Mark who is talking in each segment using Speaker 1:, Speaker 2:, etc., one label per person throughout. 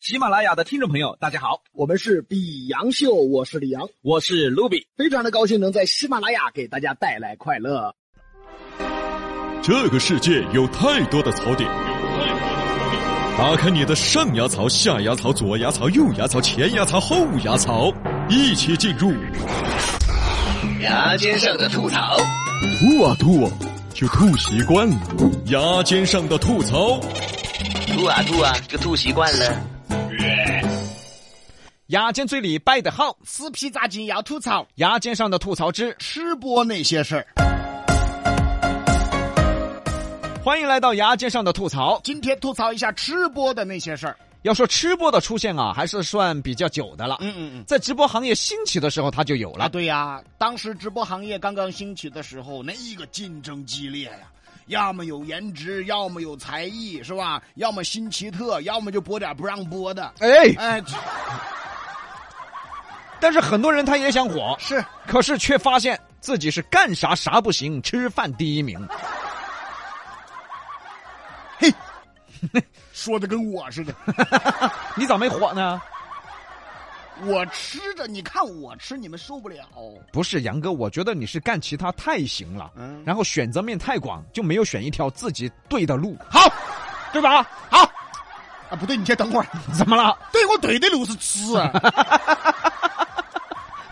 Speaker 1: 喜马拉雅的听众朋友，大家好，
Speaker 2: 我们是比杨秀，我是李阳，
Speaker 1: 我是卢比。
Speaker 2: 非常的高兴能在喜马拉雅给大家带来快乐。
Speaker 3: 这个世界有太多的槽点，打开你的上牙槽、下牙槽、左牙槽、右牙槽、前牙槽、后牙槽，一起进入
Speaker 4: 牙尖啊上的吐槽，
Speaker 3: 吐啊吐啊，就吐习惯了。牙尖上的吐槽，
Speaker 4: 吐啊吐啊，就吐习惯了。
Speaker 5: 牙尖嘴里掰得好，
Speaker 2: 撕皮扎筋要吐槽
Speaker 5: 牙尖上的吐槽之，
Speaker 2: 吃播那些事儿。
Speaker 5: 欢迎来到牙尖上的吐槽。
Speaker 2: 今天吐槽一下吃播的那些事儿。
Speaker 5: 要说吃播的出现啊，还是算比较久的了。
Speaker 2: 嗯嗯嗯。
Speaker 5: 在直播行业兴起的时候，它就有
Speaker 2: 啊，
Speaker 5: 了。
Speaker 2: 对呀、当时直播行业刚刚兴起的时候，那一个竞争激烈呀、要么有颜值，要么有才艺，是吧？要么新奇特，要么就播点不让播的。
Speaker 5: 哎，
Speaker 2: 哎，
Speaker 5: 但是很多人他也想火，
Speaker 2: 是
Speaker 5: 可是却发现自己是干啥啥不行，吃饭第一名。
Speaker 2: 说的跟我似的，
Speaker 5: 你咋没火呢？
Speaker 2: 我吃着，你看我吃，你们受不了。
Speaker 5: 不是杨哥，我觉得你是干其他太行了，
Speaker 2: 嗯
Speaker 5: 然后选择面太广，就没有选一条自己对的路，
Speaker 2: 好
Speaker 5: 对吧？
Speaker 2: 好，啊，不对，你先等会儿。
Speaker 5: 怎么了？
Speaker 2: 对我对的路是吃啊，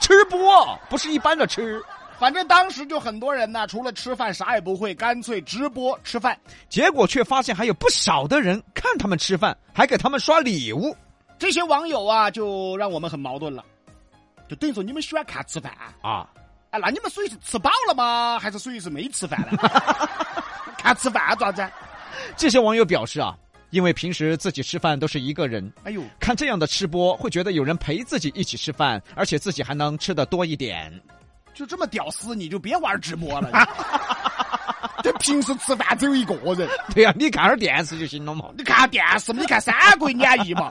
Speaker 5: 吃播不是一般的吃。
Speaker 2: 反正当时就很多人呢，除了吃饭啥也不会，干脆直播吃饭。
Speaker 5: 结果却发现还有不少的人看他们吃饭，还给他们刷礼物。
Speaker 2: 这些网友啊，就让我们很矛盾了，就等于说你们喜欢看吃饭啊，
Speaker 5: 啊，
Speaker 2: 哎，那你们属于是吃饱了吗？还是属于是没吃饭了？ 看吃饭啊咋子？
Speaker 5: 这些网友表示啊，因为平时自己吃饭都是一个人，
Speaker 2: 哎呦，
Speaker 5: 看这样的吃播会觉得有人陪自己一起吃饭，而且自己还能吃的多一点。
Speaker 2: 就这么屌丝，你就别玩直播了。 这平时吃饭只有一个人，
Speaker 5: 对呀、你看会儿电视就行了嘛。
Speaker 2: 你看电视嘛，你看《三国演义》嘛，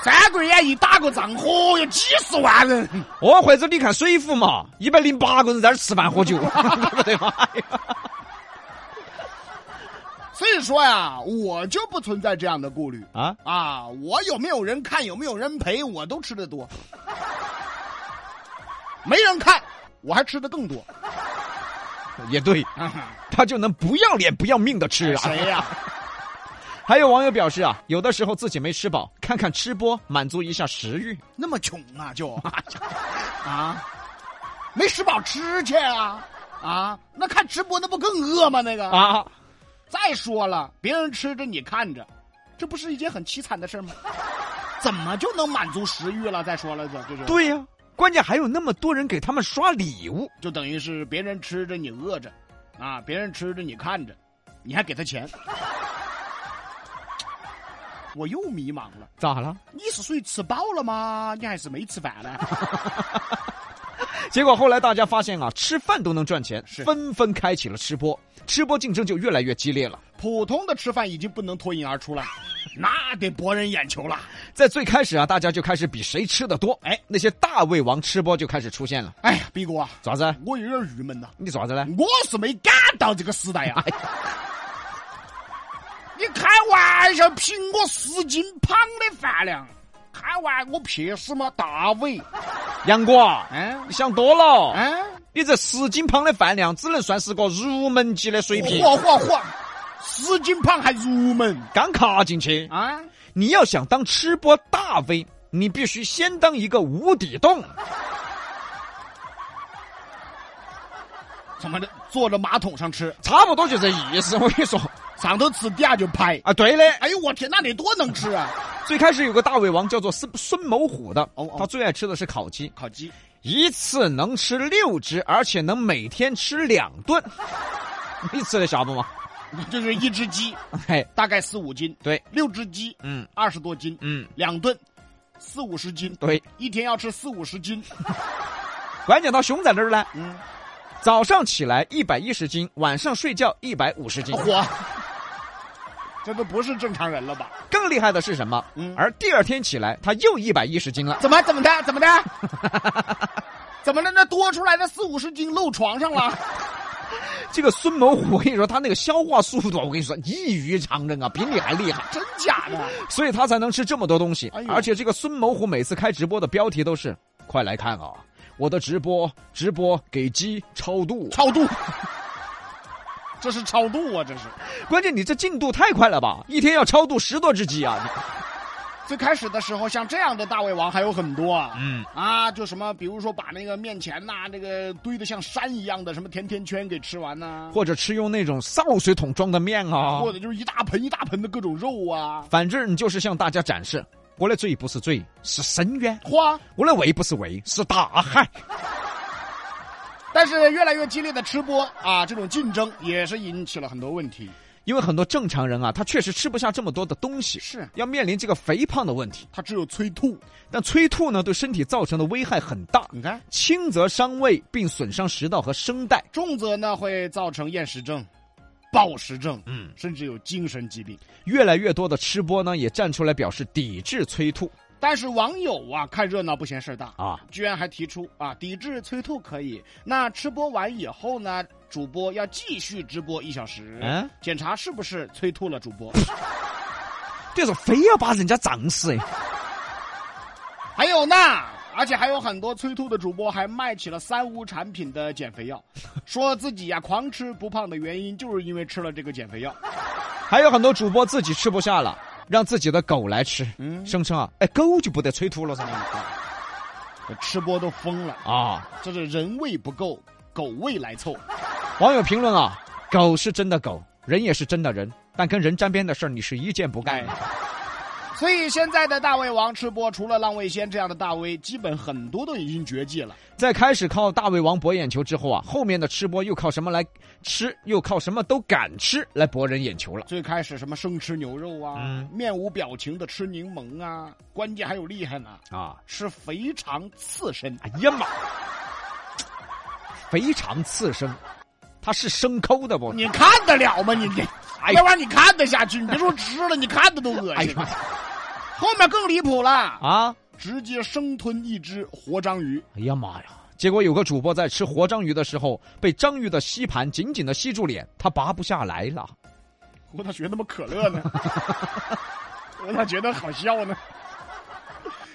Speaker 2: 《三国演义》打个仗，嚯哟，几十万人。
Speaker 5: 哦，或者你看《水浒》嘛，一百零八个人在那儿吃饭喝酒， 对不对嘛？哎呀
Speaker 2: 所以说呀，我就不存在这样的顾虑
Speaker 5: 啊，
Speaker 2: 啊！我有没有人看，有没有人陪，我都吃的 多。没人看，我还吃的更 多。
Speaker 5: 也对，
Speaker 2: 啊、
Speaker 5: 他就能不要脸不要命的吃啊。
Speaker 2: 谁呀、
Speaker 5: 还有网友表示啊，有的时候自己没吃饱，看看吃播满足一下食欲。
Speaker 2: 那么穷啊，就 啊，没吃饱吃去啊啊！那看直播那不更饿吗？那个
Speaker 5: 啊，
Speaker 2: 再说了，别人吃着你看着，这不是一件很凄惨的事儿吗？ 怎么就能满足食欲了？再说了，这这就
Speaker 5: 对呀、关键还有那么多人给他们刷礼物，
Speaker 2: 就等于是别人吃着你饿着，啊，别人吃着你看着，你还给他钱，我又迷茫了。
Speaker 5: 咋了？
Speaker 2: 你是属于吃饱了吗？你还是没吃饭呢？
Speaker 5: 结果后来大家发现啊，吃饭都能赚钱，
Speaker 2: 是
Speaker 5: 纷纷开启了吃播，吃播竞争就越来越激烈了。
Speaker 2: 普通的吃饭已经不能脱颖而出了，那得博人眼球了。
Speaker 5: 在最开始啊，大家就开始比谁吃的多，哎，那些大胃王吃播就开始出现了。
Speaker 2: 哎呀，毕哥啊，
Speaker 5: 咋子？
Speaker 2: 我有点郁闷呐、
Speaker 5: 你咋子嘞？
Speaker 2: 我是没赶到这个时代呀、你开玩笑，凭我十斤胖的饭量，开玩我撇什么大胃？
Speaker 5: 杨哥啊，
Speaker 2: 嗯、
Speaker 5: 你想多了，
Speaker 2: 嗯。
Speaker 5: 你这十斤胖的饭量只能算是个入门级的水平，
Speaker 2: 嚯嚯嚯！十斤胖还入门
Speaker 5: 刚卡进去。
Speaker 2: 啊？
Speaker 5: 你要想当吃播大 V，你必须先当一个无底洞。
Speaker 2: 怎么的？坐着马桶上吃，
Speaker 5: 差不多就这意思。我跟你说
Speaker 2: 上头吃，底下就拍。
Speaker 5: 啊，对的。
Speaker 2: 哎呦我天，那得多能吃啊！
Speaker 5: 最开始有个大胃王叫做孙孙某虎的
Speaker 2: 哦哦，
Speaker 5: 他最爱吃的是烤鸡，
Speaker 2: 烤鸡，
Speaker 5: 一次能吃六只，而且能每天吃两顿。 你吃得下不嘛？
Speaker 2: 就是一只鸡，
Speaker 5: 嘿，
Speaker 2: 大概四五斤，
Speaker 5: 对，
Speaker 2: 六只鸡，
Speaker 5: 嗯
Speaker 2: 二十多斤，
Speaker 5: 嗯，
Speaker 2: 两顿，四五十斤，
Speaker 5: 对。
Speaker 2: 一天要吃四五十斤。
Speaker 5: 关键他凶在哪儿呢？
Speaker 2: 嗯，
Speaker 5: 早上起来一百一十斤，晚上睡觉一百五十斤。
Speaker 2: 嚯，这都不是正常人了吧？
Speaker 5: 更厉害的是什么？
Speaker 2: 嗯
Speaker 5: 而第二天起来他又一百一十斤了。
Speaker 2: 怎么怎么的 怎么的？怎么了？那多出来的四五十斤漏床上了？
Speaker 5: 这个孙猛 虎，我跟你说，他那个消化速度，我跟你说异于常人啊，比你还厉害，
Speaker 2: 真假的？
Speaker 5: 所以他才能吃这么多东西
Speaker 2: 哎。呦
Speaker 5: 而且这个孙猛虎每次开直播的标题都是：“快来看啊，我的直播，直播给鸡超度。
Speaker 2: 超度，这是超度啊！这是”
Speaker 5: 关键你这进度太快了吧，一天要超度十多只鸡啊！
Speaker 2: 最开始的时候，像这样的大胃王还有很多啊。
Speaker 5: 嗯
Speaker 2: 啊，就什么，比如说把那个面前呐、那个堆得像山一样的什么甜甜圈给吃完呐、
Speaker 5: 或者吃用那种潲水桶装的面啊，
Speaker 2: 或者就是一大盆一大盆的各种肉啊，
Speaker 5: 反正就是向大家展示，我的罪不是罪，是深渊；
Speaker 2: 花。
Speaker 5: 我的胃不是胃，是大海。
Speaker 2: 但是越来越激烈的吃播啊，这种竞争也是引起了很多问题。
Speaker 5: 因为很多正常人啊，他确实吃不下这么多的东西，
Speaker 2: 是
Speaker 5: 要面临这个肥胖的问题。
Speaker 2: 他只有催吐，
Speaker 5: 但催吐呢，对身体造成的危害很大，
Speaker 2: 你看，
Speaker 5: 轻则伤胃并损伤食道和声带。
Speaker 2: 重则呢会造成厌食症、暴食症，
Speaker 5: 嗯，
Speaker 2: 甚至有精神疾病。
Speaker 5: 越来越多的吃播呢，也站出来表示抵制催吐
Speaker 2: 但是网友啊，看热闹不嫌事儿大
Speaker 5: 啊。
Speaker 2: 居然还提出啊，抵制催吐可以。那吃播完以后呢，主播要继续直播一小时，
Speaker 5: 嗯
Speaker 2: 检查是不是催吐了主播。
Speaker 5: 对手非要把人家胀死哎！
Speaker 2: 还有呢，而且还有很多催吐的主播还卖起了三无产品的减肥药，说自己呀、狂吃不胖的原因就是因为吃了这个减肥药。
Speaker 5: 还有很多主播自己吃不下了，让自己的狗来吃，
Speaker 2: 嗯
Speaker 5: 声称啊，哎，狗就不得催吐了噻
Speaker 2: 吃播都疯了，
Speaker 5: 啊！
Speaker 2: 这是人胃不够，狗胃来凑。
Speaker 5: 网友评论啊，狗是真的狗，人也是真的人，但跟人沾边的事儿你是一件不干。
Speaker 2: 哎所以现在的大胃王吃播，除了浪味仙这样的大 V，基本很多都已经绝迹了。
Speaker 5: 在开始靠大胃王博眼球之后啊，后面的吃播又靠什么来吃，又靠什么都敢吃来博人眼球了。
Speaker 2: 最开始什么生吃牛肉啊，
Speaker 5: 嗯
Speaker 2: 面无表情的吃柠檬啊，关键还有厉害呢，
Speaker 5: 啊，
Speaker 2: 吃肥肠刺身。
Speaker 5: 哎呀妈！肥肠刺身，它是生抠的不？
Speaker 2: 你看得了吗？你你，
Speaker 5: 哎
Speaker 2: 要不然你看得下去？你别说吃了，你看的都恶
Speaker 5: 哎
Speaker 2: 心
Speaker 5: 呀。妈
Speaker 2: 后面更离谱了，
Speaker 5: 啊！
Speaker 2: 直接生吞一只活章鱼，
Speaker 5: 哎呀妈呀！结果有个主播在吃活章鱼的时候，被章鱼的吸盘紧紧的吸住脸，他拔不下来了。
Speaker 2: 我咋觉得他妈可乐 呢？我咋觉得好笑呢？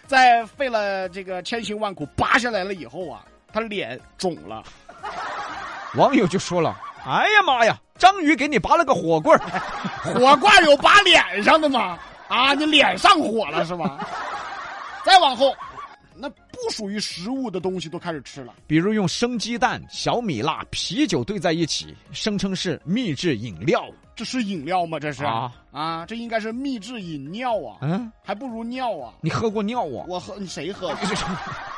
Speaker 2: 在费了这个千辛万苦拔下来了以后啊，他脸肿了。
Speaker 5: 网友就说了：“哎呀妈呀，章鱼给你拔了个火棍儿。”
Speaker 2: 火罐有拔脸上的吗？啊，你脸上火了是吗？再往后，那不属于食物的东西都开始吃了。
Speaker 5: 比如用生鸡蛋、小米辣、啤酒兑在一起，声称是秘制饮料。
Speaker 2: 这是饮料吗？这是
Speaker 5: 啊
Speaker 2: 啊这应该是秘制饮料啊，
Speaker 5: 嗯，
Speaker 2: 还不如尿啊！
Speaker 5: 你喝过尿啊？
Speaker 2: 我啊喝你谁喝？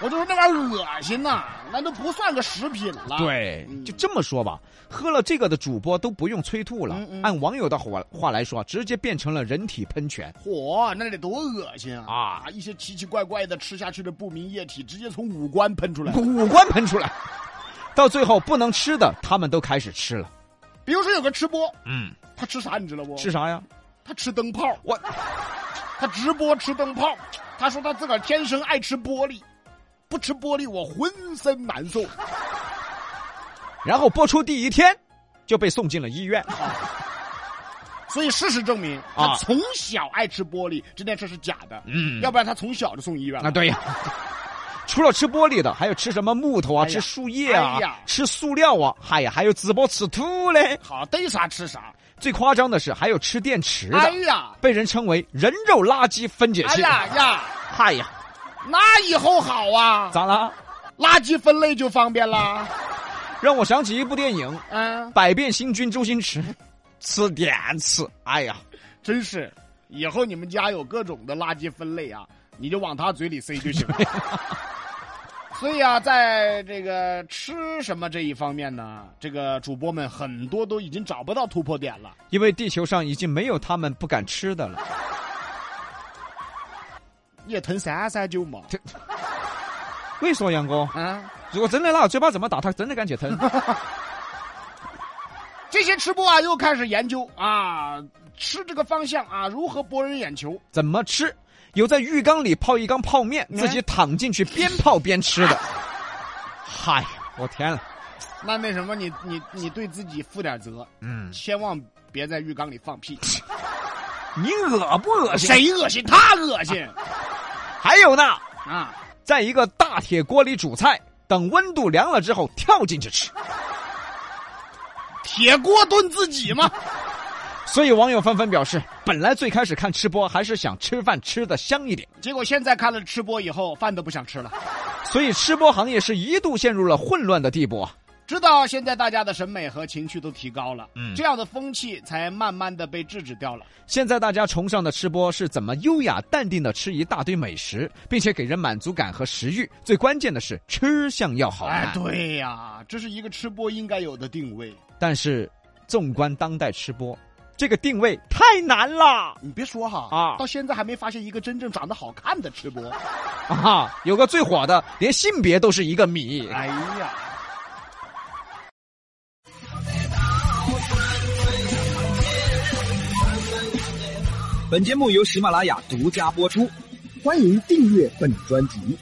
Speaker 2: 我就说那玩意儿恶心呐、那都不算个食品了。
Speaker 5: 对
Speaker 2: 嗯，
Speaker 5: 就这么说吧，喝了这个的主播都不用催吐了
Speaker 2: 嗯。嗯
Speaker 5: 按网友的话话来说，直接变成了人体喷泉
Speaker 2: 嚯，那得多恶心啊！
Speaker 5: 啊
Speaker 2: 啊，！一些奇奇怪怪的吃下去的不明液体，直接从五官喷出来。
Speaker 5: 五官喷出来，到最后不能吃的，他们都开始吃了。
Speaker 2: 比如说有个吃播，
Speaker 5: 嗯，
Speaker 2: 他吃啥你知道不？
Speaker 5: 吃啥呀？
Speaker 2: 他吃灯泡。
Speaker 5: 我
Speaker 2: 他直播吃灯泡，他说他自个儿天生爱吃玻璃，不吃玻璃我浑身难受。
Speaker 5: 然后播出第一天就被送进了医院。
Speaker 2: 所以事实证明，
Speaker 5: 啊
Speaker 2: 他从小爱吃玻璃这件事是假的，
Speaker 5: 嗯
Speaker 2: 要不然他从小就送医院
Speaker 5: 啊，
Speaker 2: 了。
Speaker 5: 对呀。除了吃玻璃的，还有吃什么木头啊，
Speaker 2: 哎呀
Speaker 5: 吃树叶啊，
Speaker 2: 哎呀
Speaker 5: 吃塑料啊，哎呀，还有直播吃土嘞。
Speaker 2: 好，逮啥吃啥。
Speaker 5: 最夸张的是，还有吃电池的，
Speaker 2: 哎呀，
Speaker 5: 被人称为“人肉垃圾分解
Speaker 2: 哎
Speaker 5: 器”
Speaker 2: 呀呀，
Speaker 5: 哎呀，
Speaker 2: 那以后好啊，
Speaker 5: 咋啦？
Speaker 2: 垃圾分类就方 便啦。
Speaker 5: 让我想起一部电影《
Speaker 2: 嗯，
Speaker 5: 百变星君》，周星驰吃电池。哎呀，
Speaker 2: 真是，以后你们家有各种的垃圾分类啊，你就往他嘴里塞就行了。 所以啊，在这个吃什么这一方面呢，这个主播们很多都已经找不到突破点了。
Speaker 5: 因为地球上已经没有他们不敢吃的了。
Speaker 2: 叶疼三三九嘛，
Speaker 5: 为啥杨哥？
Speaker 2: 啊，
Speaker 5: 如果真的那嘴巴这么大，他真的敢去吞？
Speaker 2: 这些吃播啊又开始研究啊，吃这个方向啊，如何博人眼球。
Speaker 5: 怎么吃？有在浴缸里泡一缸泡面，
Speaker 2: 嗯
Speaker 5: 自己躺进去边泡边吃的。嗨，我天了，啊
Speaker 2: 那那什么，你你你对自己负点责，
Speaker 5: 嗯，
Speaker 2: 千万别在浴缸里放屁。
Speaker 5: 你恶不恶心？
Speaker 2: 谁恶心？他恶心
Speaker 5: 还有呢，
Speaker 2: 啊！
Speaker 5: 在一个大铁锅里煮菜，等温度凉了之后跳进去吃。
Speaker 2: 铁锅炖自己嘛，
Speaker 5: 所以网友纷纷表示，本来最开始看吃播还是想吃饭吃的香一点，
Speaker 2: 结果现在看了吃播以后，饭都不想吃了。
Speaker 5: 所以吃播行业是一度陷入了混乱的地步啊。
Speaker 2: 知道现在大家的审美和情趣都提高了，
Speaker 5: 嗯
Speaker 2: 这样的风气才慢慢的被制止掉了。
Speaker 5: 现在大家崇尚的吃播是怎么优雅淡定的吃一大堆美食，并且给人满足感和食欲。最关键的是吃相要好看。
Speaker 2: 哎，对呀、这是一个吃播应该有的定位。
Speaker 5: 但是，纵观当代吃播，这个定位太难了
Speaker 2: 你别说哈，
Speaker 5: 啊
Speaker 2: 到现在还没发现一个真正长得好看的 吃播。
Speaker 5: 啊！有个最火的，连性别都是一个谜。
Speaker 2: 哎呀。
Speaker 1: 本节目由喜马拉雅独家播出。
Speaker 6: 欢迎订阅本专辑，